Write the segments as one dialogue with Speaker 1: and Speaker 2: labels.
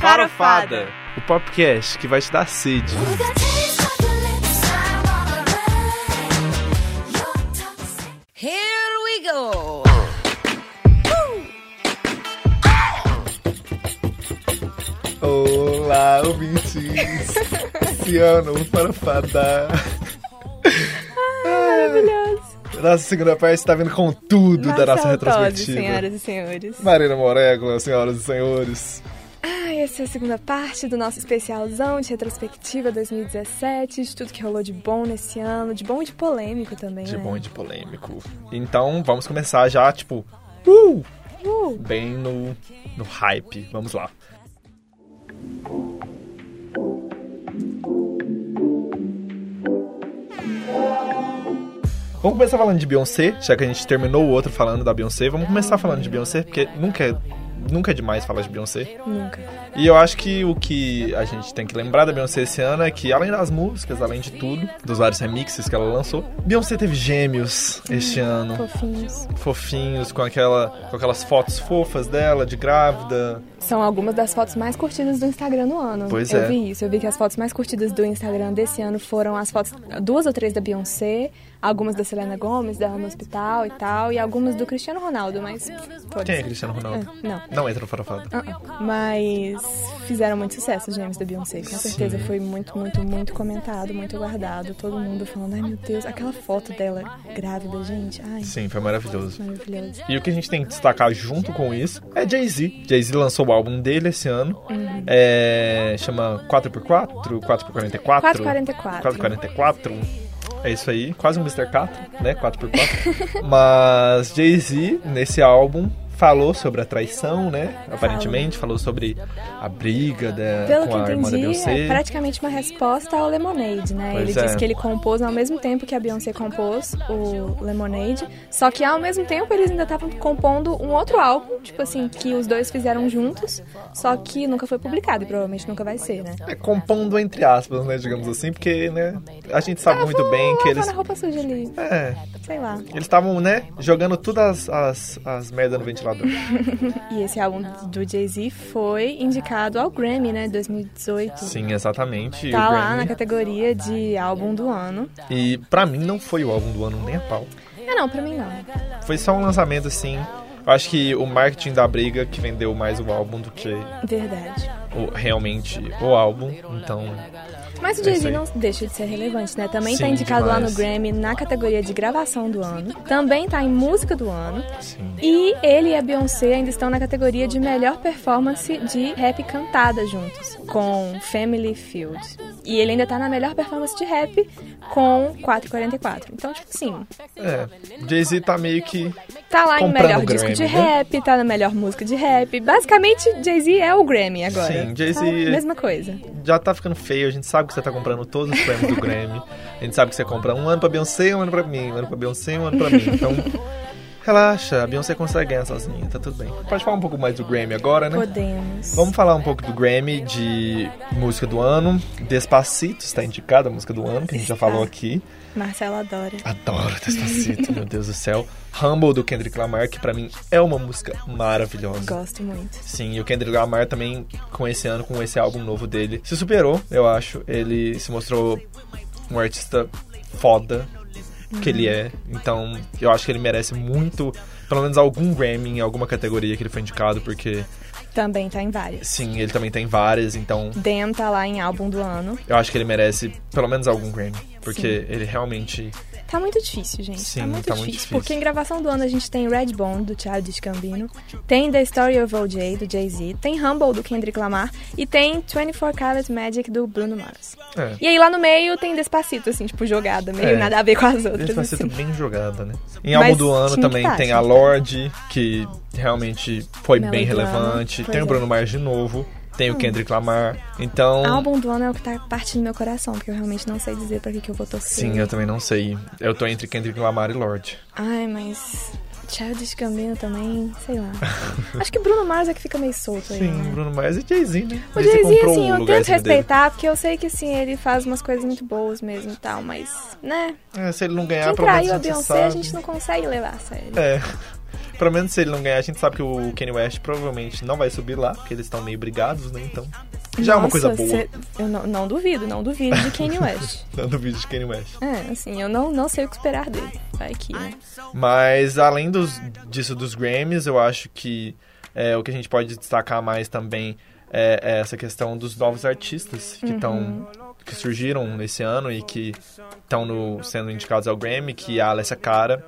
Speaker 1: Farofada.
Speaker 2: O podcast que vai te dar sede.
Speaker 3: Here we go!
Speaker 2: Olá, ouvintes. Esse ano, o Farofada.
Speaker 4: Maravilhoso.
Speaker 2: Nossa segunda parte está vindo com tudo da nossa
Speaker 4: saudade,
Speaker 2: retrospectiva.
Speaker 4: senhoras e senhores.
Speaker 2: Marina Moregla, senhoras e senhores.
Speaker 4: Ai, essa é a segunda parte do nosso especialzão de retrospectiva 2017, de tudo que rolou de bom nesse ano, de bom e de polêmico também,
Speaker 2: De
Speaker 4: né?
Speaker 2: bom e de polêmico. Então, vamos começar já, tipo, uh,
Speaker 4: Uh,
Speaker 2: bem no, no hype. Vamos lá. Vamos começar falando de Beyoncé, já que a gente terminou o outro falando da Beyoncé. Vamos começar falando de Beyoncé, porque nunca é, nunca é demais falar de Beyoncé.
Speaker 4: nunca.
Speaker 2: E eu acho que o que a gente tem que lembrar da Beyoncé esse ano é que, além das músicas, além de tudo, dos vários remixes que ela lançou, Beyoncé teve gêmeos este ano.
Speaker 4: Fofinhos.
Speaker 2: Fofinhos, com, aquela, com aquelas fotos fofas dela, de grávida.
Speaker 4: São algumas das fotos mais curtidas do Instagram no ano.
Speaker 2: Pois
Speaker 4: eu
Speaker 2: é.
Speaker 4: vi isso. Eu vi que as fotos mais curtidas do Instagram desse ano foram as fotos, duas ou três da Beyoncé, algumas da Selena Gomez, dela no hospital e tal, e algumas do Cristiano Ronaldo, mas. foda-se.
Speaker 2: Quem é Cristiano Ronaldo?
Speaker 4: Ah, não.
Speaker 2: Não entra no farofado.
Speaker 4: Ah, Mas fizeram muito sucesso os memes da Beyoncé, com certeza. Foi muito, muito, muito comentado, muito guardado. Todo mundo falando, ai meu Deus, aquela foto dela grávida, gente. Ai,
Speaker 2: Sim, foi maravilhoso.
Speaker 4: maravilhoso.
Speaker 2: E o que a gente tem que destacar junto com isso é Jay-Z. Jay-Z lançou o álbum dele esse ano. É, chama 4x4, 4x44.
Speaker 4: 444.
Speaker 2: 444. É isso aí, quase um Mr. Catra, né? 4x4. Mas Jay-Z, nesse álbum, falou sobre a traição, né? Aparentemente, falou sobre a briga da,
Speaker 4: Pelo que
Speaker 2: com a irmã da
Speaker 4: entendi,
Speaker 2: Beyoncé.
Speaker 4: é praticamente uma resposta ao Lemonade, né?
Speaker 2: Pois
Speaker 4: ele
Speaker 2: é.
Speaker 4: disse que ele compôs ao mesmo tempo que a Beyoncé compôs o Lemonade, só que ao mesmo tempo eles ainda estavam compondo um outro álbum, tipo assim, que os dois fizeram juntos, só que nunca foi publicado e provavelmente nunca vai ser, né?
Speaker 2: É, compondo entre aspas, né? Digamos assim, porque, né? A gente sabe
Speaker 4: Ah,
Speaker 2: muito
Speaker 4: vou
Speaker 2: bem que
Speaker 4: lavar
Speaker 2: eles.
Speaker 4: na roupa suja ali,
Speaker 2: É,
Speaker 4: sei lá.
Speaker 2: eles estavam, né? Jogando todas as, as, as merdas no ventilador.
Speaker 4: E esse álbum do Jay-Z foi indicado ao Grammy, né, 2018.
Speaker 2: Sim, exatamente.
Speaker 4: Tá
Speaker 2: o
Speaker 4: lá
Speaker 2: Grammy.
Speaker 4: na categoria de álbum do ano.
Speaker 2: E pra mim não foi o álbum do ano nem a pau.
Speaker 4: Ah, não, pra mim não.
Speaker 2: Foi só um lançamento assim. Eu acho que o marketing da briga que vendeu mais o álbum do que
Speaker 4: Verdade.
Speaker 2: o- realmente o álbum. Então,
Speaker 4: Mas o
Speaker 2: É isso
Speaker 4: Jay-Z
Speaker 2: aí.
Speaker 4: não deixa de ser relevante, né? Também tá
Speaker 2: Sim,
Speaker 4: indicado lá
Speaker 2: demais.
Speaker 4: no Grammy na categoria de gravação do ano. Também tá em música do ano.
Speaker 2: sim.
Speaker 4: E ele e a Beyoncé ainda estão na categoria de melhor performance de
Speaker 2: né?
Speaker 4: rap cantada juntos, com Family Field. E ele ainda tá na melhor performance de rap com 444. Então, tipo assim,
Speaker 2: É, Jay-Z tá meio que.
Speaker 4: tá lá
Speaker 2: Comprando
Speaker 4: em melhor
Speaker 2: o
Speaker 4: disco
Speaker 2: Grammy,
Speaker 4: de
Speaker 2: né?
Speaker 4: rap, tá na melhor música de rap. Basicamente, Jay-Z é o Grammy agora.
Speaker 2: Sim, Jay-Z
Speaker 4: Tá?
Speaker 2: é-
Speaker 4: Mesma coisa.
Speaker 2: Já tá ficando feio, a gente sabe que você tá comprando todos os prêmios do Grammy. A gente sabe que você compra um ano pra Beyoncé, um ano pra mim, um ano pra Beyoncé, um ano pra mim. Então, relaxa, a Beyoncé consegue ganhar sozinha, tá tudo bem. Pode falar um pouco mais do Grammy agora, né?
Speaker 4: Podemos.
Speaker 2: Vamos falar um pouco do Grammy de música do ano. Despacito está indicada a música do ano, que a gente já falou aqui.
Speaker 4: Marcela adora.
Speaker 2: Adoro Despacito, meu Deus do céu. Humble do Kendrick Lamar, que pra mim é uma música maravilhosa.
Speaker 4: Gosto muito.
Speaker 2: Sim, e o Kendrick Lamar também, com esse ano, com esse álbum novo dele, se superou, eu acho. Ele se mostrou um artista foda que ele é. Então, eu acho que ele merece muito, pelo menos algum Grammy em alguma categoria que ele foi indicado, porque,
Speaker 4: Também tá em várias.
Speaker 2: sim, ele também tem várias, então
Speaker 4: Damn tá lá em álbum do ano.
Speaker 2: eu acho que ele merece pelo menos algum Grammy. Porque ele realmente.
Speaker 4: Tá muito difícil, gente.
Speaker 2: Sim,
Speaker 4: tá muito
Speaker 2: tá
Speaker 4: difícil.
Speaker 2: muito difícil.
Speaker 4: Porque em gravação do ano a gente tem Red Bone, do Childish Gambino, tem The Story of OJ, do Jay-Z, tem Humble, do Kendrick Lamar, e tem 24 Karat Magic, do Bruno Mars.
Speaker 2: É.
Speaker 4: E aí lá no meio tem Despacito, assim, tipo, jogada, meio
Speaker 2: É.
Speaker 4: nada a ver com as outras.
Speaker 2: Eles
Speaker 4: assim.
Speaker 2: ser bem jogada, né? Em
Speaker 4: Mas
Speaker 2: álbum do ano
Speaker 4: tinha que
Speaker 2: também
Speaker 4: tá,
Speaker 2: tem
Speaker 4: tinha
Speaker 2: a
Speaker 4: que
Speaker 2: Lorde, que realmente foi bem
Speaker 4: Melodrama,
Speaker 2: relevante.
Speaker 4: pois
Speaker 2: Tem o
Speaker 4: é. Hum.
Speaker 2: Bruno Mars de novo. Tem o Kendrick Lamar. Então.
Speaker 4: Álbum do ano é o que tá partindo do meu coração, porque eu realmente não sei dizer pra que, que eu vou torcer.
Speaker 2: Sim, eu também não sei. Eu tô entre Kendrick Lamar e Lorde.
Speaker 4: Ai, mas. Childish Gambino também, sei lá. Acho que Bruno Mars é que fica meio solto aí.
Speaker 2: Sim,
Speaker 4: né?
Speaker 2: Bruno Mars e Jay-Z, né?
Speaker 4: O Jay-Z, assim,
Speaker 2: comprou um
Speaker 4: eu tento
Speaker 2: lugarzinho dele.
Speaker 4: respeitar, porque eu sei que, assim, ele faz umas coisas muito boas mesmo e tal, mas, né?
Speaker 2: É, se ele não ganhar,
Speaker 4: Quem
Speaker 2: pelo menos
Speaker 4: traiu a
Speaker 2: gente
Speaker 4: Beyoncé,
Speaker 2: sabe.
Speaker 4: a gente não consegue levar a sério.
Speaker 2: É. Pelo menos se ele não ganhar, a gente sabe que o Kanye West provavelmente não vai subir lá, porque eles estão meio brigados, né? Então. Já é uma
Speaker 4: Nossa,
Speaker 2: coisa boa.
Speaker 4: cê- eu não, não duvido, não duvido de Kanye West.
Speaker 2: Não duvido de Kanye West.
Speaker 4: é, assim, eu não, não sei o que esperar dele. Vai que. né?
Speaker 2: Mas além dos, disso dos Grammys, eu acho que é, o que a gente pode destacar mais também é, é essa questão dos novos artistas que estão. que surgiram nesse ano e que estão no- sendo indicados ao Grammy, que a Alessia Cara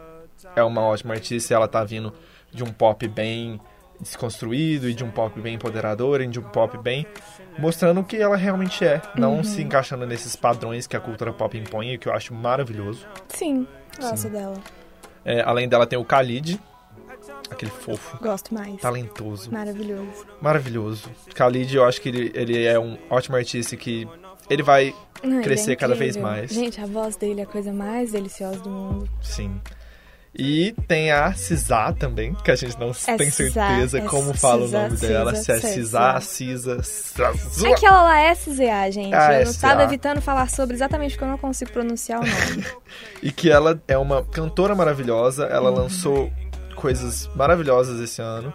Speaker 2: é uma ótima artista e ela tá vindo de um pop bem desconstruído e de um pop bem empoderador e de um pop bem mostrando o que ela realmente é, não se encaixando nesses padrões que a cultura pop impõe, o que eu acho maravilhoso.
Speaker 4: Sim, gosto dela.
Speaker 2: É, além dela tem o Khalid, aquele fofo,
Speaker 4: Gosto mais.
Speaker 2: talentoso,
Speaker 4: Maravilhoso.
Speaker 2: maravilhoso. Khalid, eu acho que ele, ele é um ótimo artista que ele vai,
Speaker 4: Não, ele é
Speaker 2: Crescer cada
Speaker 4: incrível.
Speaker 2: vez mais.
Speaker 4: Gente, a voz dele é a coisa mais deliciosa do mundo.
Speaker 2: sim. E tem a Cisá também, que a gente não
Speaker 4: É
Speaker 2: tem
Speaker 4: Cisá,
Speaker 2: certeza
Speaker 4: é
Speaker 2: como fala
Speaker 4: Cisá,
Speaker 2: o nome dela. Se é
Speaker 4: Cisá,
Speaker 2: Cisá, Cisa, Cisa.
Speaker 4: Aquela lá é SZA, gente.
Speaker 2: Ah,
Speaker 4: eu não
Speaker 2: SZA.
Speaker 4: tava evitando falar sobre exatamente porque eu não consigo pronunciar o nome.
Speaker 2: E que ela é uma cantora maravilhosa, ela lançou coisas maravilhosas esse ano.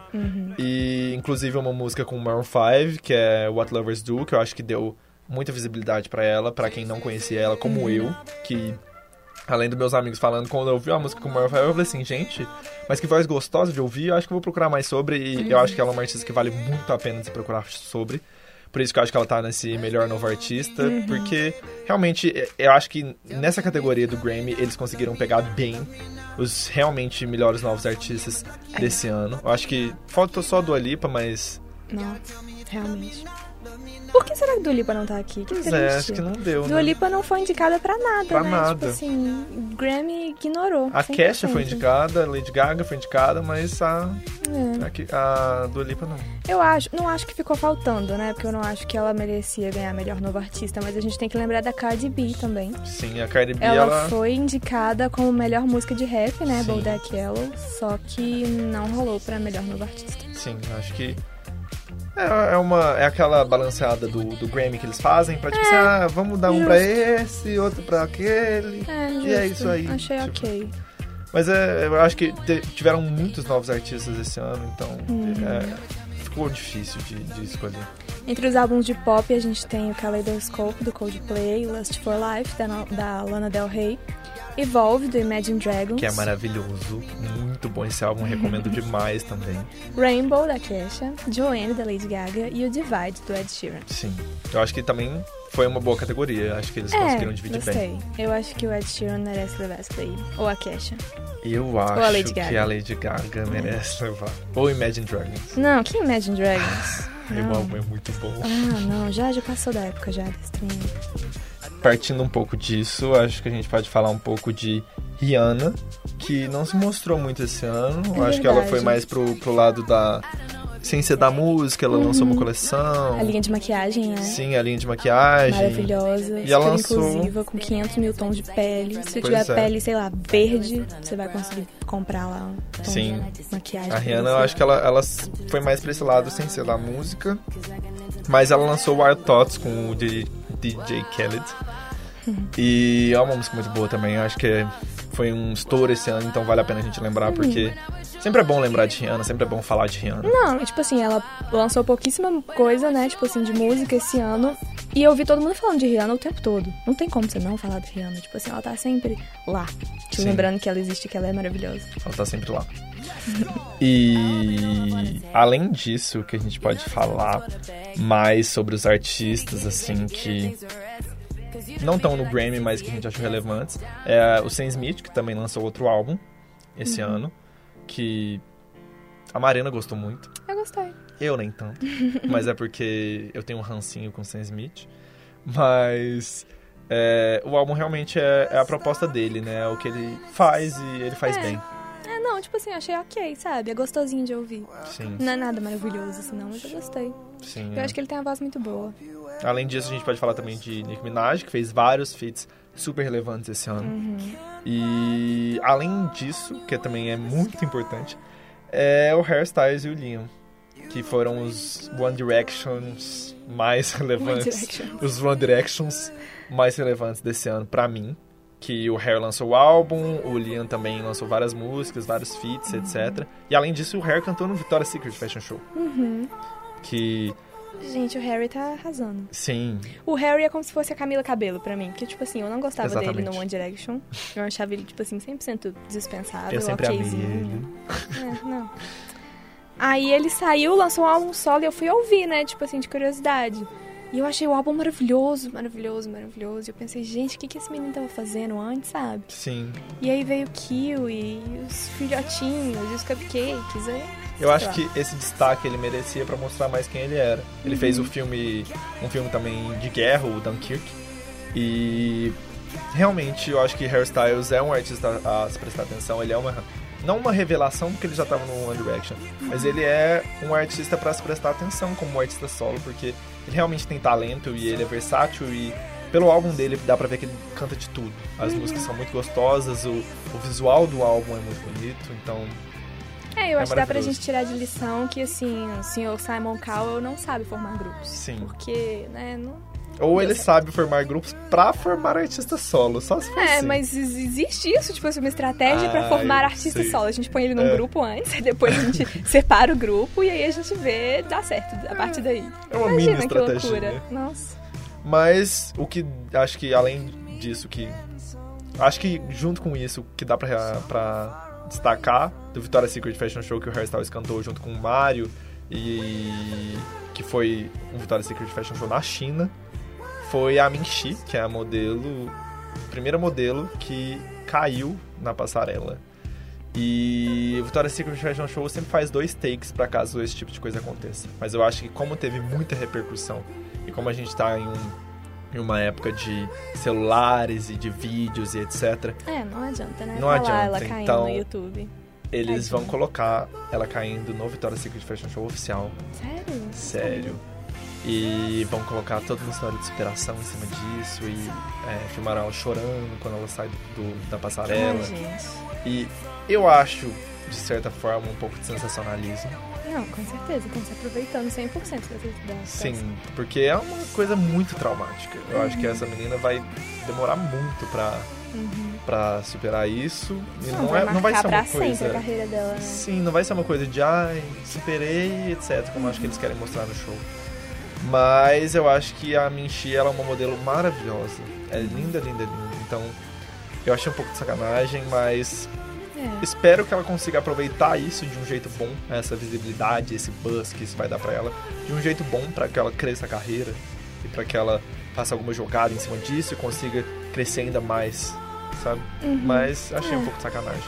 Speaker 2: E inclusive uma música com Maroon 5, que é What Lovers Do, que eu acho que deu muita visibilidade pra ela, pra quem não conhecia ela, como eu, que além dos meus amigos falando, quando eu ouvi a música com Maroon 5, eu falei assim, gente, mas que voz gostosa de ouvir, eu acho que eu vou procurar mais sobre e eu acho que ela é uma artista que vale muito a pena se procurar sobre. Por isso que eu acho que ela tá nesse melhor novo artista, porque realmente é- eu acho que nessa categoria do Grammy eles conseguiram pegar bem os realmente melhores novos artistas
Speaker 4: É.
Speaker 2: desse ano. Eu acho que faltou só a Dua Lipa, mas
Speaker 4: não, realmente. Por que será que Dua Lipa não tá aqui? Que
Speaker 2: pois
Speaker 4: triste.
Speaker 2: é, acho que não deu,
Speaker 4: Dua
Speaker 2: né?
Speaker 4: Lipa não foi indicada pra nada,
Speaker 2: Pra
Speaker 4: né? Tipo
Speaker 2: nada.
Speaker 4: assim, Grammy ignorou.
Speaker 2: A
Speaker 4: 100%.
Speaker 2: Kesha foi indicada, a Lady Gaga foi indicada, mas a,
Speaker 4: É.
Speaker 2: a, que- a Dua Lipa não.
Speaker 4: Eu acho, não acho que ficou faltando, né? Porque eu não acho que ela merecia ganhar melhor novo artista, mas a gente tem que lembrar da Cardi B também.
Speaker 2: Sim, a Cardi B,
Speaker 4: Ela,
Speaker 2: ela...
Speaker 4: foi indicada como melhor música de rap, né?
Speaker 2: Sim.
Speaker 4: Bodak Yellow, só que não rolou pra melhor novo artista.
Speaker 2: Sim, eu acho que... É, é uma, é aquela balanceada do, do Grammy que eles fazem pra,
Speaker 4: É,
Speaker 2: tipo assim, ah, vamos dar um pra esse, outro pra aquele...
Speaker 4: É, justo.
Speaker 2: E é isso aí,
Speaker 4: Achei
Speaker 2: tipo.
Speaker 4: ok.
Speaker 2: Mas é, eu acho que te- tiveram muitos novos artistas esse ano, então
Speaker 4: Hum.
Speaker 2: é, ficou difícil de, de escolher.
Speaker 4: Entre os álbuns de pop, a gente tem o Kaleidoscope, do Coldplay, Lust for Life, da, Na- da Lana Del Rey, Evolve, do Imagine Dragons,
Speaker 2: Que é maravilhoso, muito bom esse álbum, recomendo
Speaker 4: Uhum.
Speaker 2: demais também.
Speaker 4: Rainbow, da Kesha, Joanne, da Lady Gaga e o Divide, do Ed Sheeran.
Speaker 2: Sim. Eu acho que também foi uma boa categoria, acho que eles conseguiram dividir bem.
Speaker 4: É, gostei. Eu acho que o Ed Sheeran merece levar essa daí. Ou a Kesha.
Speaker 2: Eu
Speaker 4: a
Speaker 2: acho
Speaker 4: Lady
Speaker 2: que
Speaker 4: Gaga.
Speaker 2: a Lady Gaga merece levar. Ou Imagine Dragons.
Speaker 4: Não, que Imagine Dragons?
Speaker 2: Eu
Speaker 4: Não.
Speaker 2: amo, é muito bom.
Speaker 4: Ah, não, já, já passou da época já desse trem.
Speaker 2: Partindo um pouco disso, acho que a gente pode falar um pouco de Rihanna, que não se mostrou muito esse ano.
Speaker 4: É
Speaker 2: acho que ela
Speaker 4: verdade.
Speaker 2: foi mais pro, pro lado da ciência da música, ela lançou uma coleção.
Speaker 4: A linha de maquiagem, né?
Speaker 2: Sim, a linha de maquiagem.
Speaker 4: Maravilhosa,
Speaker 2: E
Speaker 4: super
Speaker 2: ela lançou-
Speaker 4: inclusiva, com 500 mil tons de pele. Se você
Speaker 2: Pois
Speaker 4: tiver
Speaker 2: é.
Speaker 4: pele, sei lá, verde, você vai conseguir comprar lá um tom
Speaker 2: Sim.
Speaker 4: de maquiagem.
Speaker 2: A Rihanna, eu acho que ela, ela s- foi mais pra esse lado sem ser da música. Mas ela lançou Wild Thoughts com o DJ, DJ Khaled. E é uma música muito boa também. Eu acho que é- foi um estouro esse ano, então vale a pena a gente lembrar, porque sempre é bom lembrar de Rihanna, sempre é bom falar de Rihanna.
Speaker 4: Não, tipo assim, ela lançou pouquíssima coisa, né? Tipo assim, de música esse ano. E eu vi todo mundo falando de Rihanna o tempo todo. Não tem como você não falar de Rihanna. Tipo assim, ela tá sempre lá. Tipo,
Speaker 2: Sim.
Speaker 4: lembrando que ela existe, que ela é maravilhosa.
Speaker 2: Ela tá sempre lá. E além disso, o que a gente pode falar mais sobre os artistas, assim, que não estão no Grammy, mas que a gente achou relevantes, é o Sam Smith, que também lançou outro álbum esse
Speaker 4: Uhum.
Speaker 2: ano, que a Marina gostou muito.
Speaker 4: Eu gostei.
Speaker 2: Eu nem tanto. mas é porque eu tenho um rancinho com Sam Smith. Mas é, o álbum realmente é, é a proposta dele, né? É o que ele faz e ele faz
Speaker 4: É.
Speaker 2: bem.
Speaker 4: É, não, tipo assim, eu achei ok, sabe? É gostosinho de ouvir.
Speaker 2: Sim,
Speaker 4: Não é nada maravilhoso, assim, não, mas eu gostei.
Speaker 2: sim.
Speaker 4: Eu
Speaker 2: é.
Speaker 4: acho que ele tem uma voz muito boa.
Speaker 2: Além disso, a gente pode falar também de Nicki Minaj, que fez vários feats super relevantes esse ano.
Speaker 4: Uhum.
Speaker 2: E além disso, que também é muito importante, é o Hairstyles e o Liam, que foram os One Directions mais relevantes.
Speaker 4: Directions.
Speaker 2: Os One Directions mais relevantes desse ano pra mim. que o Hair lançou o álbum, o Liam também lançou várias músicas, vários feats, etc. E além disso, o Hair cantou no Victoria's Secret Fashion Show.
Speaker 4: Uhum.
Speaker 2: Que,
Speaker 4: Gente, o Harry tá arrasando.
Speaker 2: sim,
Speaker 4: O Harry é como se fosse a Camila Cabelo pra mim. Porque, tipo assim, eu não gostava dele
Speaker 2: Exatamente.
Speaker 4: no One Direction. Eu achava ele, tipo assim, 100% dispensável.
Speaker 2: eu sempre amei
Speaker 4: okzinho.
Speaker 2: ele.
Speaker 4: É, não. Aí ele saiu, lançou um álbum solo e eu fui ouvir, né? Tipo assim, de curiosidade. E eu achei o álbum maravilhoso, maravilhoso, maravilhoso. E eu pensei, gente, o que, que esse menino tava fazendo antes, sabe?
Speaker 2: Sim.
Speaker 4: E aí veio o Kiwi, e os filhotinhos, e os cupcakes. Aí...
Speaker 2: Eu acho
Speaker 4: lá.
Speaker 2: que esse destaque ele merecia pra mostrar mais quem ele era. Ele fez o filme, um filme também de guerra, o Dunkirk. E realmente eu acho que Harry Styles é um artista a se prestar atenção. Ele é uma não uma revelação porque ele já tava no One Direction, mas ele é um artista pra se prestar atenção como um artista solo, porque ele realmente tem talento e ele é versátil e pelo álbum dele dá pra ver que ele canta de tudo. As músicas são muito gostosas, o, o visual do álbum é muito bonito, então
Speaker 4: É, eu
Speaker 2: É
Speaker 4: acho que dá pra
Speaker 2: maravilhoso.
Speaker 4: gente tirar de lição que, assim, o senhor Simon Cowell não sabe formar grupos.
Speaker 2: Sim.
Speaker 4: Porque, né, não...
Speaker 2: Ou ele sabe formar grupos pra formar artista solo, só se for
Speaker 4: É,
Speaker 2: assim.
Speaker 4: mas ex- existe isso, tipo, assim, uma estratégia pra
Speaker 2: Ah,
Speaker 4: formar
Speaker 2: eu
Speaker 4: artista
Speaker 2: sei.
Speaker 4: solo. A gente põe ele num
Speaker 2: É.
Speaker 4: grupo antes, aí depois a gente separa o grupo e aí a gente vê dar certo a partir daí.
Speaker 2: É uma
Speaker 4: Imagina
Speaker 2: mini
Speaker 4: que
Speaker 2: estratégia,
Speaker 4: loucura.
Speaker 2: né?
Speaker 4: Nossa.
Speaker 2: Mas o que acho que além disso que acho que junto com isso que dá pra, pra destacar do Victoria's Secret Fashion Show que o Hairstyles cantou junto com o Mario e que foi um Victoria's Secret Fashion Show na China foi a Minxi, que é a modelo primeira modelo que caiu na passarela. E o Victoria's Secret Fashion Show sempre faz dois takes pra caso esse tipo de coisa aconteça. Mas eu acho que como teve muita repercussão e como a gente tá em, um- em uma época de celulares e de vídeos e etc,
Speaker 4: É, não adianta, né?
Speaker 2: Não
Speaker 4: Tá
Speaker 2: adianta,
Speaker 4: lá ela caindo
Speaker 2: então-
Speaker 4: no YouTube.
Speaker 2: eles
Speaker 4: Tadinho.
Speaker 2: vão colocar ela caindo no Victoria's Secret Fashion Show oficial,
Speaker 4: Sério?
Speaker 2: sério. E vão colocar toda uma história de superação em cima disso e é, filmaram ela chorando quando ela sai do- da
Speaker 4: Ai,
Speaker 2: passarela.
Speaker 4: gente.
Speaker 2: E eu acho, de certa forma, um pouco de sensacionalismo.
Speaker 4: Não, com certeza. Estão se aproveitando 100% da da-
Speaker 2: Sim, porque é uma coisa muito traumática. Eu acho que essa menina vai demorar muito pra,
Speaker 4: Uhum.
Speaker 2: pra superar isso. E não,
Speaker 4: vai
Speaker 2: é, não vai
Speaker 4: marcar
Speaker 2: ser
Speaker 4: pra
Speaker 2: uma
Speaker 4: sempre a
Speaker 2: coisa.
Speaker 4: carreira dela, né?
Speaker 2: Sim, não vai ser uma coisa de ai, superei, etc. Como eu acho que eles querem mostrar no show. Mas eu acho que a Minxi ela é uma modelo maravilhosa. É linda, linda, linda. Então, eu achei um pouco de sacanagem, mas
Speaker 4: É.
Speaker 2: Espero que ela consiga aproveitar isso de um jeito bom, essa visibilidade, esse buzz que isso vai dar pra ela, de um jeito bom pra que ela cresça a carreira e pra que ela faça alguma jogada em cima disso e consiga crescer ainda mais, sabe?
Speaker 4: Uhum.
Speaker 2: Mas achei um pouco de sacanagem.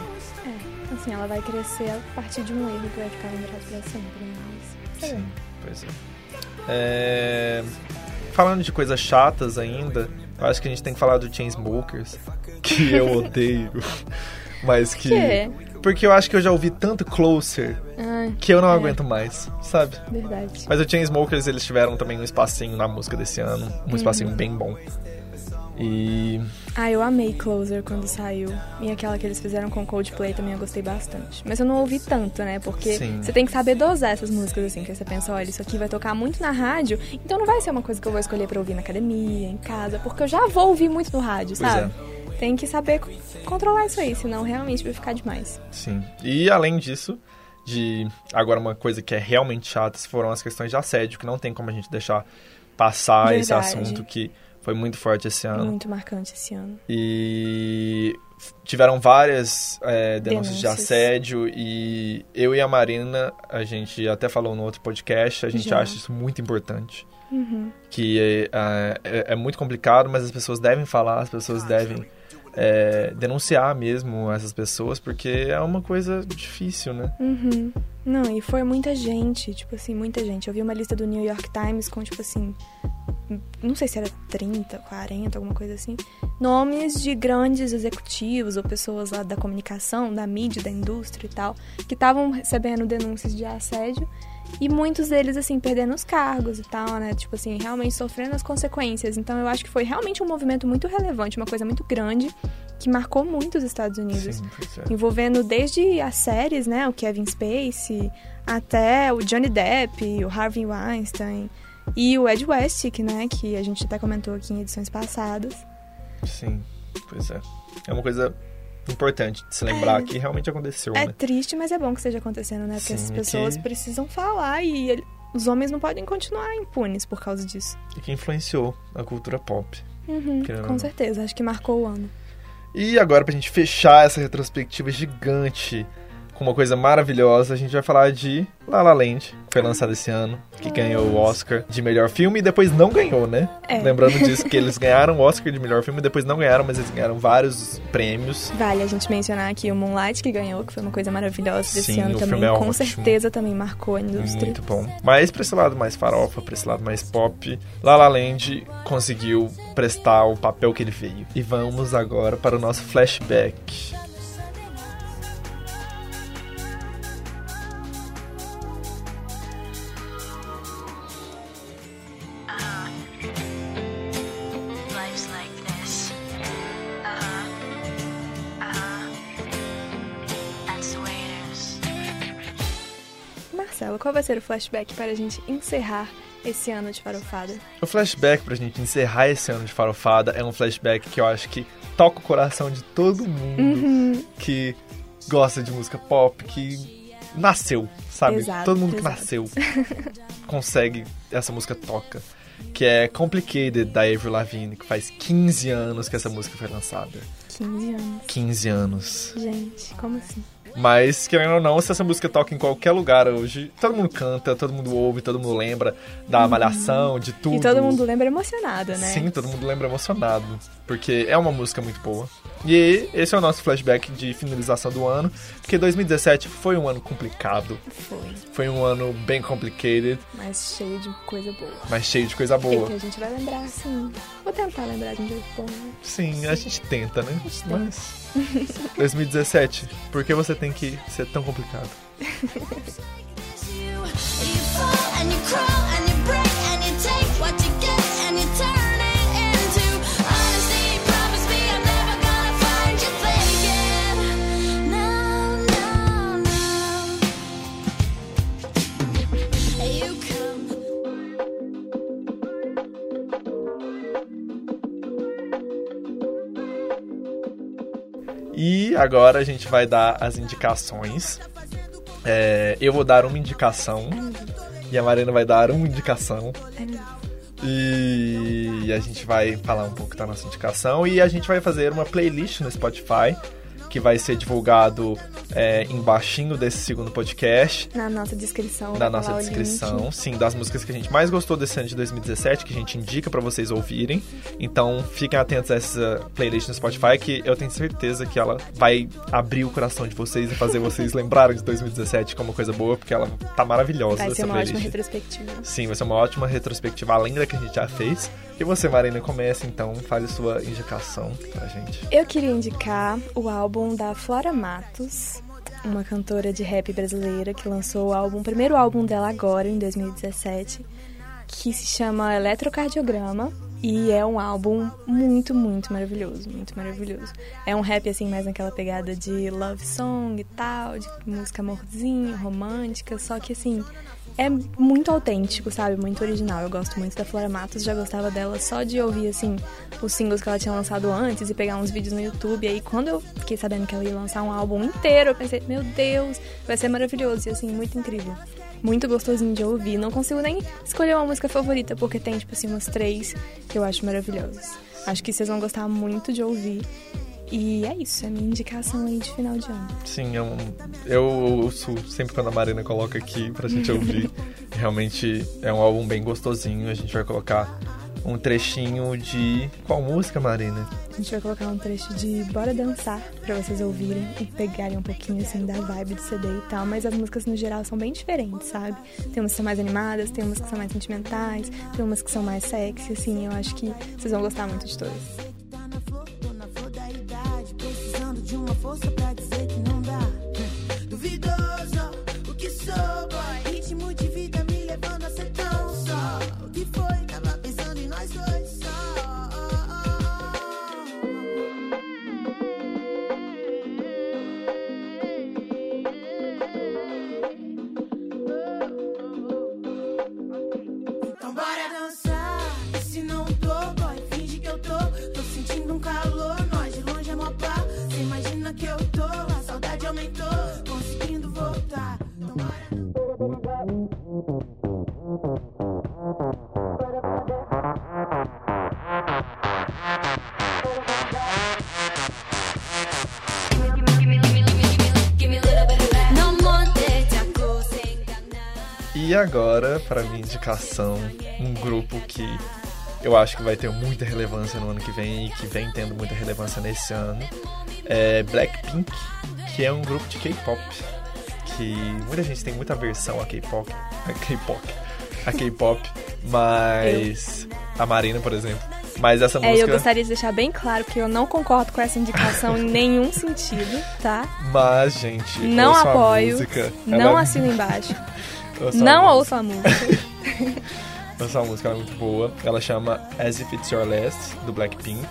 Speaker 4: É, assim, ela vai crescer a partir de um erro que vai ficar lembrado pra sempre, mas... sei lá.
Speaker 2: Sim, pois é. É, Falando de coisas chatas ainda, eu acho que a gente tem que falar do Chainsmokers, que eu odeio, mas que...
Speaker 4: Quê?
Speaker 2: Porque eu acho que eu já ouvi tanto Closer
Speaker 4: Ah,
Speaker 2: que eu não
Speaker 4: É.
Speaker 2: aguento mais, sabe?
Speaker 4: verdade.
Speaker 2: Mas o Chainsmokers, eles tiveram também um espacinho na música desse ano. Um espacinho bem bom. E...
Speaker 4: Ah, eu amei Closer quando saiu. E aquela que eles fizeram com Coldplay também eu gostei bastante. Mas eu não ouvi tanto, né? Porque
Speaker 2: Sim.
Speaker 4: você tem que saber dosar essas músicas, assim. Que você pensa, olha, isso aqui vai tocar muito na rádio. Então não vai ser uma coisa que eu vou escolher pra ouvir na academia, em casa. Porque eu já vou ouvir muito no rádio,
Speaker 2: Pois é.
Speaker 4: sabe? Tem que saber co- controlar isso aí. Senão realmente vai ficar demais.
Speaker 2: Sim. E além disso, de... Agora uma coisa que é realmente chata foram as questões de assédio, que não tem como a gente deixar passar esse
Speaker 4: Verdade.
Speaker 2: assunto que foi muito forte esse
Speaker 4: É
Speaker 2: ano.
Speaker 4: muito marcante esse ano.
Speaker 2: E f- tiveram várias é, denúncias, de
Speaker 4: Denúncias.
Speaker 2: assédio e eu e a Marina, a gente até falou no outro podcast, a gente
Speaker 4: Já.
Speaker 2: acha isso muito importante.
Speaker 4: Uhum.
Speaker 2: que é, é- é muito complicado, mas as pessoas devem falar, as pessoas devem é, denunciar mesmo essas pessoas, porque é uma coisa difícil, né?
Speaker 4: Uhum. Não, e foi muita gente, tipo assim, muita gente. Eu vi uma lista do New York Times com, tipo assim, não sei se era 30, 40, alguma coisa assim, nomes de grandes executivos ou pessoas lá da comunicação, da mídia, da indústria e tal, que estavam recebendo denúncias de assédio e muitos deles, assim, perdendo os cargos e tal, né? Tipo assim, realmente sofrendo as consequências. Então eu acho que foi realmente um movimento muito relevante, uma coisa muito grande que marcou muito os Estados Unidos
Speaker 2: Sim, pois é.
Speaker 4: envolvendo desde as séries, né, o Kevin Spacey, até o Johnny Depp, o Harvey Weinstein e o Ed Westwick, né, que a gente até comentou aqui em edições passadas.
Speaker 2: Sim. Pois é. É uma coisa importante de se lembrar que realmente aconteceu,
Speaker 4: É
Speaker 2: né?
Speaker 4: triste, mas é bom que esteja acontecendo, né? Porque
Speaker 2: Sim,
Speaker 4: essas
Speaker 2: é
Speaker 4: pessoas
Speaker 2: que-
Speaker 4: precisam falar e ele- os homens não podem continuar impunes por causa disso.
Speaker 2: E que influenciou a cultura pop.
Speaker 4: Uhum,
Speaker 2: Querendo ou não.
Speaker 4: com certeza, acho que marcou o ano.
Speaker 2: E agora, pra gente fechar essa retrospectiva gigante com uma coisa maravilhosa, a gente vai falar de La La Land, que foi lançado esse ano, que ganhou o Oscar de melhor filme e depois não ganhou, né?
Speaker 4: É.
Speaker 2: Lembrando disso que eles ganharam o Oscar de melhor filme e depois não ganharam, mas eles ganharam vários prêmios.
Speaker 4: Vale a gente mencionar aqui o Moonlight que ganhou, que foi uma coisa maravilhosa desse
Speaker 2: Sim,
Speaker 4: ano
Speaker 2: o
Speaker 4: também.
Speaker 2: filme é
Speaker 4: com
Speaker 2: ótimo.
Speaker 4: certeza também marcou a indústria.
Speaker 2: Muito bom. Mas pra esse lado mais farofa, pra esse lado mais pop, La La Land conseguiu prestar o papel que ele veio. E vamos agora para o nosso flashback.
Speaker 1: Life's like this. Uh huh. Uh huh. That's the way it is.
Speaker 4: Marcelo, qual vai ser o flashback para a gente encerrar esse ano de farofada?
Speaker 2: O Um flashback pra gente encerrar esse ano de farofada é um flashback que eu acho que toca o coração de todo mundo
Speaker 4: Uhum.
Speaker 2: que gosta de música pop, que nasceu, sabe?
Speaker 4: Exato,
Speaker 2: todo mundo
Speaker 4: exato.
Speaker 2: que nasceu consegue, essa música toca. Que é Complicated, da Avril Lavigne, que faz 15 anos que essa música foi lançada.
Speaker 4: 15 anos.
Speaker 2: 15 anos.
Speaker 4: Gente, como assim?
Speaker 2: Mas, querendo ou não, se essa música toca em qualquer lugar hoje, todo mundo canta, todo mundo ouve, todo mundo lembra da malhação, de tudo.
Speaker 4: Uhum. E todo mundo lembra emocionado, né?
Speaker 2: Sim, todo mundo lembra emocionado, porque é uma música muito boa. E esse é o nosso flashback de finalização do ano, porque 2017 foi um ano complicado,
Speaker 4: Foi.
Speaker 2: foi um ano bem complicated,
Speaker 4: Mas cheio de coisa boa.
Speaker 2: mas cheio de coisa
Speaker 4: E
Speaker 2: boa.
Speaker 4: que a gente vai lembrar, sim. Vou tentar lembrar de um jeito bom. né?
Speaker 2: Sim, a gente tenta, né?
Speaker 4: gente tenta.
Speaker 2: Mas 2017, por que você tem que ser tão complicado?
Speaker 1: And you fall and you crawl and you break and you take what you get and you turn it into honesty. Promise me I'm never gonna find you faking. No, no, no. You come.
Speaker 2: E agora a gente vai dar as indicações. É, eu vou dar uma indicação e a Marina vai dar uma indicação.
Speaker 4: Ai, meu
Speaker 2: E a gente vai falar um pouco da nossa indicação e a gente vai fazer uma playlist no Spotify que vai ser divulgado é, embaixinho desse segundo podcast
Speaker 4: Na nossa descrição.
Speaker 2: na
Speaker 4: vai
Speaker 2: nossa
Speaker 4: lá o link.
Speaker 2: descrição, sim, das músicas que a gente mais gostou desse ano de 2017, que a gente indica pra vocês ouvirem. Então, fiquem atentos a essa playlist no Spotify, que eu tenho certeza que ela vai abrir o coração de vocês e fazer vocês lembrarem de 2017 como uma coisa boa, porque ela tá maravilhosa
Speaker 4: Vai
Speaker 2: essa
Speaker 4: ser uma
Speaker 2: playlist.
Speaker 4: ótima retrospectiva.
Speaker 2: Sim, vai ser uma ótima retrospectiva além da que a gente já fez. E você, Marina, começa então, faz a sua indicação pra gente.
Speaker 4: Eu queria indicar o álbum da Flora Matos, uma cantora de rap brasileira que lançou o álbum, o primeiro álbum dela agora, em 2017, que se chama Eletrocardiograma. E é um álbum muito, muito maravilhoso, muito maravilhoso. É um rap, assim, mais naquela pegada de love song e tal, de música amorzinho, romântica, só que, assim, é muito autêntico, sabe? Muito original. Eu gosto muito da Flora Matos, já gostava dela só de ouvir, assim, os singles que ela tinha lançado antes e pegar uns vídeos no YouTube. E aí, quando eu fiquei sabendo que ela ia lançar um álbum inteiro, eu pensei, meu Deus, vai ser maravilhoso. E, assim, muito incrível. Muito gostosinho de ouvir. Não consigo nem escolher uma música favorita, porque tem, tipo assim, umas três que eu acho maravilhosas. Acho que vocês vão gostar muito de ouvir. E é isso, é a minha indicação aí de final de ano.
Speaker 2: Sim, eu, eu ouço sempre quando a Marina coloca aqui pra gente ouvir. Realmente é um álbum bem gostosinho. A gente vai colocar um trechinho de. Qual música, Marina?
Speaker 4: A gente vai colocar um trecho de Bora Dançar pra vocês ouvirem e pegarem um pouquinho assim da vibe do CD e tal, mas as músicas no geral são bem diferentes, sabe? Tem umas que são mais animadas, tem umas que são mais sentimentais, tem umas que são mais sexy, assim, eu acho que vocês vão gostar muito de todas.
Speaker 5: Tá na flor, tô na flor da idade. Precisando de uma força pra dizer que não dá. Duvidoso, o que sou, boy? Ritmo de vida me levando a ser tão só. O que foi? Tava pensando em nós dois só. Então bora dançar. E se não tô, boy, finge que eu tô. Tô é Então
Speaker 2: E agora, para minha indicação, um grupo que eu acho que vai ter muita relevância no ano que vem e que vem tendo muita relevância nesse ano, é Blackpink, que é um grupo de K-pop. Que muita gente tem muita aversão a K-pop. A K-pop. A K-pop. Mas. A Marina, por exemplo. Mas essa
Speaker 4: É, eu
Speaker 2: música.
Speaker 4: gostaria de deixar bem claro que eu não concordo com essa indicação em nenhum sentido, tá?
Speaker 2: Mas, é gente.
Speaker 4: Não
Speaker 2: ouçam a
Speaker 4: apoio,
Speaker 2: música,
Speaker 4: Não
Speaker 2: ela-
Speaker 4: assino embaixo.
Speaker 2: ouçam a
Speaker 4: Não
Speaker 2: música.
Speaker 4: ouço a música.
Speaker 2: Essa música ela é muito boa. Ela chama As If It's Your Last, do Blackpink.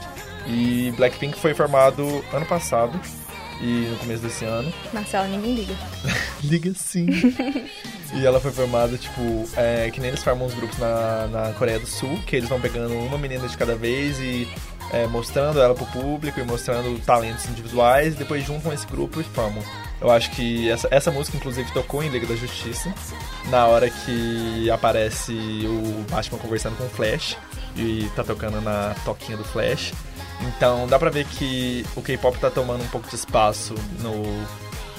Speaker 2: E Blackpink foi formado ano passado e no começo desse ano.
Speaker 4: Marcela, ninguém liga.
Speaker 2: Liga sim. e ela foi formada, tipo, é, que nem eles formam os grupos na, na Coreia do Sul, que eles vão pegando uma menina de cada vez e é, mostrando ela pro público e mostrando talentos individuais, e depois juntam esse grupo e formam. Eu acho que essa, essa música, inclusive, tocou em Liga da Justiça, na hora que aparece o Batman conversando com o Flash, e tá tocando na toquinha do Flash. Então dá pra ver que o K-pop tá tomando um pouco de espaço no,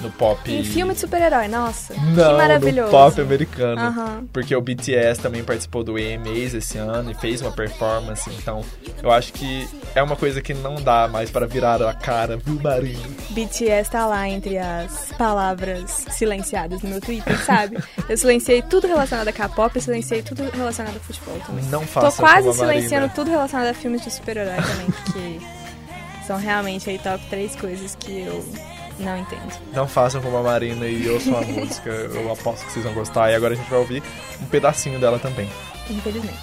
Speaker 2: no pop.
Speaker 4: Em filme de super-herói, nossa.
Speaker 2: Não,
Speaker 4: que maravilhoso.
Speaker 2: do pop americano.
Speaker 4: Aham.
Speaker 2: Porque o BTS também participou do EMAs esse ano e fez uma performance. Então, eu acho que é uma coisa que não dá mais para virar a cara, viu, Marinho?
Speaker 4: BTS tá lá entre as palavras silenciadas no meu Twitter, sabe? Eu silenciei tudo relacionado a K-pop, eu silenciei tudo relacionado a futebol também.
Speaker 2: Não
Speaker 4: Tô
Speaker 2: faça
Speaker 4: quase
Speaker 2: como a Marina.
Speaker 4: silenciando tudo relacionado a filmes de super-herói também, porque são realmente aí top três coisas que eu não entendo.
Speaker 2: Não façam como a Marina e ouçam a música. Eu aposto que vocês vão gostar. E agora a gente vai ouvir um pedacinho dela também.
Speaker 4: Infelizmente.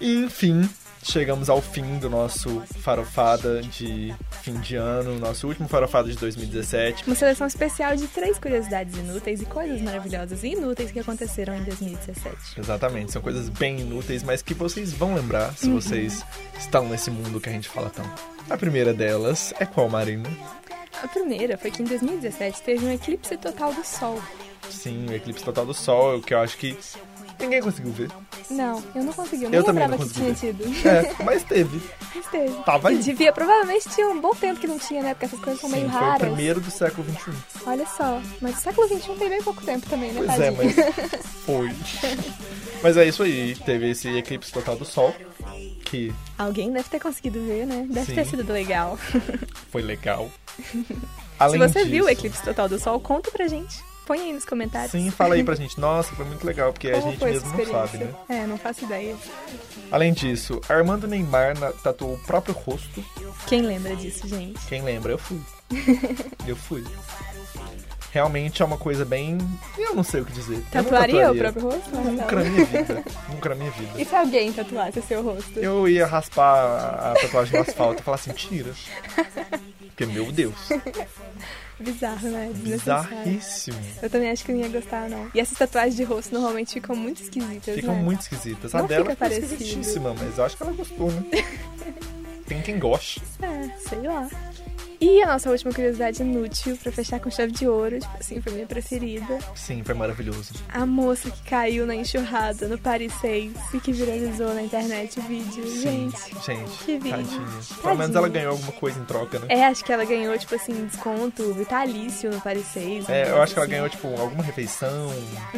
Speaker 2: Enfim, chegamos ao fim do nosso farofada de fim de ano, nosso último farofada de 2017.
Speaker 4: Uma seleção especial de três curiosidades inúteis e coisas maravilhosas e inúteis que aconteceram em 2017.
Speaker 2: Exatamente, são coisas bem inúteis, mas que vocês vão lembrar se
Speaker 4: Uhum.
Speaker 2: vocês estão nesse mundo que a gente fala tão. A primeira delas é qual, Marina?
Speaker 4: A primeira foi que em 2017 teve um eclipse total do Sol.
Speaker 2: Sim, o eclipse total do Sol, é o que eu acho que ninguém conseguiu ver.
Speaker 4: Não, eu não consegui, eu,
Speaker 2: Eu
Speaker 4: nem
Speaker 2: também
Speaker 4: lembrava
Speaker 2: não
Speaker 4: que tinha
Speaker 2: consegui
Speaker 4: tido.
Speaker 2: É, mas teve.
Speaker 4: Mas teve.
Speaker 2: Tava aí.
Speaker 4: E devia, provavelmente tinha um bom tempo que não tinha, né? Porque essas coisas são meio
Speaker 2: Sim, foi o
Speaker 4: raras.
Speaker 2: primeiro do século XXI.
Speaker 4: Olha só, mas o século XXI tem bem pouco tempo também, né,
Speaker 2: Pois é,
Speaker 4: tadinho?
Speaker 2: mas foi. mas é isso aí, teve esse eclipse total do Sol, que
Speaker 4: Alguém deve ter conseguido ver, né? Deve
Speaker 2: Sim.
Speaker 4: ter sido legal.
Speaker 2: foi legal.
Speaker 4: Se
Speaker 2: Além
Speaker 4: você viu o
Speaker 2: disso-
Speaker 4: eclipse total do Sol, conta pra gente. Põe aí nos comentários.
Speaker 2: Sim, fala aí pra gente. Nossa, foi muito legal, porque a
Speaker 4: Como
Speaker 2: gente
Speaker 4: foi essa
Speaker 2: mesmo não sabe,
Speaker 4: experiência?
Speaker 2: né?
Speaker 4: É, não faço ideia.
Speaker 2: Além disso, Armando Neymar na- tatuou o próprio rosto.
Speaker 4: Quem lembra disso, gente?
Speaker 2: Quem lembra? Eu fui. Eu fui. Realmente é uma coisa bem. Eu não sei o que dizer. Eu não
Speaker 4: Tatuaria o próprio rosto? Marcelo?
Speaker 2: Nunca na minha vida. Nunca na minha vida.
Speaker 4: E se alguém tatuasse o seu rosto?
Speaker 2: Eu ia raspar a tatuagem no asfalto e falar assim: tira. Porque, meu Deus,
Speaker 4: Bizarro, né? Desnecessário.
Speaker 2: bizarríssimo.
Speaker 4: Eu também acho que não ia gostar, não. E essas tatuagens de rosto normalmente ficam muito esquisitas,
Speaker 2: Ficam
Speaker 4: né?
Speaker 2: muito esquisitas. A
Speaker 4: Não
Speaker 2: dela
Speaker 4: fica
Speaker 2: ficou
Speaker 4: parecido.
Speaker 2: esquisitíssima, mas eu acho que ela gostou, né? Tem quem goste.
Speaker 4: É, sei lá. E a nossa última curiosidade inútil, pra fechar com chave de ouro, tipo assim, foi minha preferida.
Speaker 2: Sim, foi maravilhoso.
Speaker 4: A moça que caiu na enxurrada no Paris 6 e que viralizou na internet o vídeo.
Speaker 2: Sim,
Speaker 4: Gente,
Speaker 2: gente,
Speaker 4: que vida.
Speaker 2: tadinha. Pelo
Speaker 4: Tadinha.
Speaker 2: menos ela ganhou alguma coisa em troca, né?
Speaker 4: É, acho que ela ganhou, tipo assim, desconto vitalício no Paris 6.
Speaker 2: É,
Speaker 4: né?
Speaker 2: eu acho que ela
Speaker 4: Assim.
Speaker 2: ganhou, tipo, alguma refeição,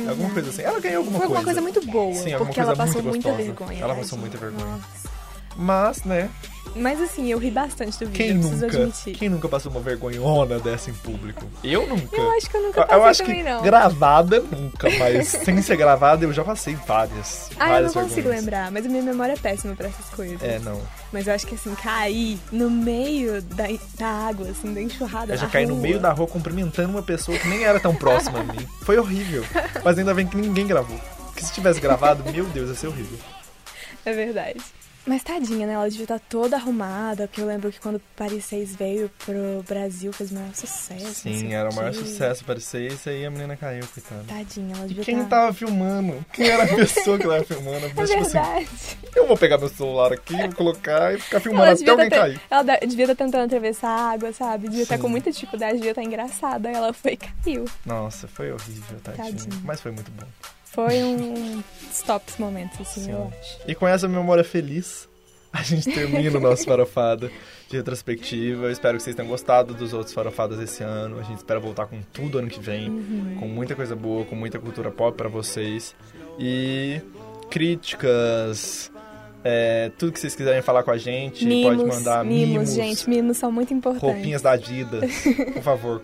Speaker 2: alguma coisa assim. Ela ganhou alguma
Speaker 4: Foi
Speaker 2: coisa.
Speaker 4: alguma coisa muito boa,
Speaker 2: Sim, alguma
Speaker 4: porque
Speaker 2: coisa
Speaker 4: ela passou
Speaker 2: muito
Speaker 4: muita
Speaker 2: gostosa.
Speaker 4: vergonha.
Speaker 2: Ela passou
Speaker 4: tadinha.
Speaker 2: muita vergonha.
Speaker 4: Nossa.
Speaker 2: Mas, né,
Speaker 4: Mas assim, eu ri bastante do vídeo,
Speaker 2: quem
Speaker 4: eu preciso
Speaker 2: nunca,
Speaker 4: admitir.
Speaker 2: quem nunca passou uma vergonhona dessa em público? Eu nunca.
Speaker 4: Eu acho que eu nunca
Speaker 2: Eu-
Speaker 4: passei
Speaker 2: eu acho
Speaker 4: também,
Speaker 2: que
Speaker 4: não.
Speaker 2: gravada nunca, mas sem ser gravada eu já passei várias.
Speaker 4: Ah, eu não
Speaker 2: várias
Speaker 4: consigo
Speaker 2: vergonhas.
Speaker 4: lembrar, mas a minha memória é péssima pra essas coisas.
Speaker 2: É, não.
Speaker 4: Mas eu acho que assim, cair no meio da, da água, assim, da enxurrada.
Speaker 2: Eu É, já
Speaker 4: na
Speaker 2: caí no
Speaker 4: rua.
Speaker 2: meio da rua cumprimentando uma pessoa que nem era tão próxima a mim. Foi horrível. Mas ainda bem que ninguém gravou. Que se tivesse gravado, meu Deus, ia ser horrível.
Speaker 4: É verdade. Mas tadinha, né? Ela devia estar toda arrumada, porque eu lembro que quando Paris 6 veio pro Brasil fez o maior sucesso. não sei
Speaker 2: Sim, era o maior
Speaker 4: quê.
Speaker 2: sucesso, parecia isso aí, a menina caiu, coitada.
Speaker 4: Tadinha, ela Tá,
Speaker 2: E
Speaker 4: devia
Speaker 2: quem
Speaker 4: estar.
Speaker 2: tava filmando? Quem era a pessoa que tava filmando?
Speaker 4: É
Speaker 2: Mas, tipo assim,
Speaker 4: verdade.
Speaker 2: eu vou pegar meu celular aqui, vou colocar e ficar filmando
Speaker 4: ela
Speaker 2: até
Speaker 4: devia
Speaker 2: alguém
Speaker 4: tá
Speaker 2: cair.
Speaker 4: ela da- devia estar tentando atravessar a água, sabe? Devia estar
Speaker 2: Sim.
Speaker 4: com muita dificuldade, devia estar engraçada. Aí ela foi e caiu.
Speaker 2: Nossa, foi horrível, tadinho.
Speaker 4: Tadinho.
Speaker 2: Mas foi muito bom.
Speaker 4: Foi um dos tops momentos, assim,
Speaker 2: Sim.
Speaker 4: eu acho.
Speaker 2: E com essa memória feliz, a gente termina o nosso farofada de retrospectiva. Eu espero que vocês tenham gostado dos outros farofadas esse ano. A gente espera voltar com tudo ano que vem, com muita coisa boa, com muita cultura pop pra vocês. E críticas, é, tudo que vocês quiserem falar com a gente, pode mandar
Speaker 4: mimos,
Speaker 2: mimos,
Speaker 4: gente, mimos são muito importantes.
Speaker 2: roupinhas da Adidas, por favor.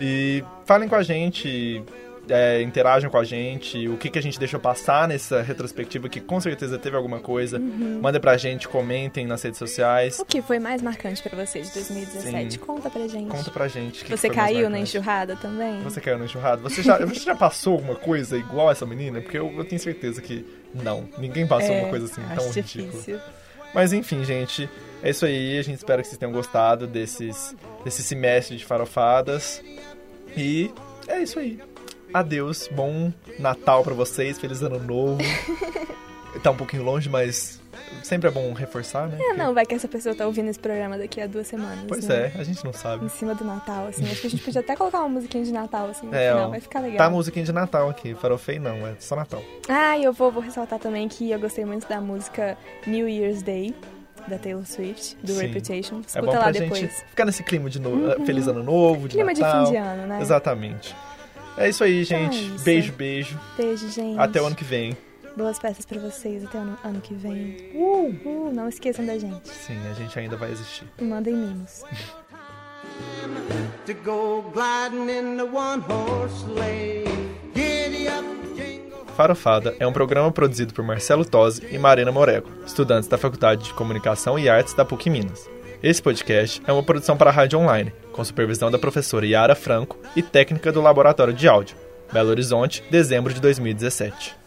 Speaker 2: E falem com a gente, é, interajam com a gente, o que, que a gente deixou passar nessa retrospectiva, que com certeza teve alguma coisa.
Speaker 4: Uhum.
Speaker 2: Mandem pra gente, comentem nas redes sociais.
Speaker 4: O que foi mais marcante pra você de 2017?
Speaker 2: Sim.
Speaker 4: Conta pra gente.
Speaker 2: Conta pra gente. o que
Speaker 4: Você
Speaker 2: que foi mais
Speaker 4: caiu né, na
Speaker 2: marcante.
Speaker 4: enxurrada também?
Speaker 2: Você caiu na enxurrada? Você já, você já passou alguma coisa igual essa menina? Porque eu, eu tenho certeza que não. Ninguém passou
Speaker 4: É,
Speaker 2: uma coisa assim tão ridícula. Mas enfim, gente, é isso aí. A gente espera que vocês tenham gostado desses, desse semestre de farofadas. E é isso aí. Adeus, bom Natal pra vocês, feliz ano novo. tá um pouquinho longe, mas sempre é bom reforçar, né?
Speaker 4: Ah, não, vai que essa pessoa tá ouvindo esse programa daqui a duas semanas.
Speaker 2: Pois
Speaker 4: né?
Speaker 2: é, a gente não sabe.
Speaker 4: Em cima do Natal, assim. Acho que a gente podia até colocar uma musiquinha de Natal, assim, no
Speaker 2: É,
Speaker 4: final.
Speaker 2: ó.
Speaker 4: Vai ficar legal.
Speaker 2: Tá a musiquinha de Natal aqui, farofei não, é só Natal.
Speaker 4: Ah, e eu vou, vou ressaltar também que eu gostei muito da música New Year's Day, da Taylor Swift, do
Speaker 2: Sim.
Speaker 4: Reputation.
Speaker 2: é
Speaker 4: Escuta
Speaker 2: bom pra
Speaker 4: lá
Speaker 2: gente
Speaker 4: depois. Uhum.
Speaker 2: ficar nesse clima de no... feliz ano novo, de
Speaker 4: Clima
Speaker 2: Natal.
Speaker 4: de fim de ano, né?
Speaker 2: Exatamente. É isso aí, gente.
Speaker 4: isso.
Speaker 2: Beijo, beijo.
Speaker 4: Beijo, gente.
Speaker 2: Até o ano que vem.
Speaker 4: Boas peças pra vocês até o ano, ano que vem. Uh, não esqueçam da gente.
Speaker 2: Sim, a gente ainda vai existir.
Speaker 4: Mandem mimos.
Speaker 6: to go gliding in the one horse sleigh. Giddy up, jingle.
Speaker 2: Farofada é um programa produzido por Marcelo Tosi e Marina Moreco, estudantes da Faculdade de Comunicação e Artes da PUC Minas. Esse podcast é uma produção para a rádio online, com supervisão da professora Yara Franco e técnica do Laboratório de Áudio, Belo Horizonte, dezembro de 2017.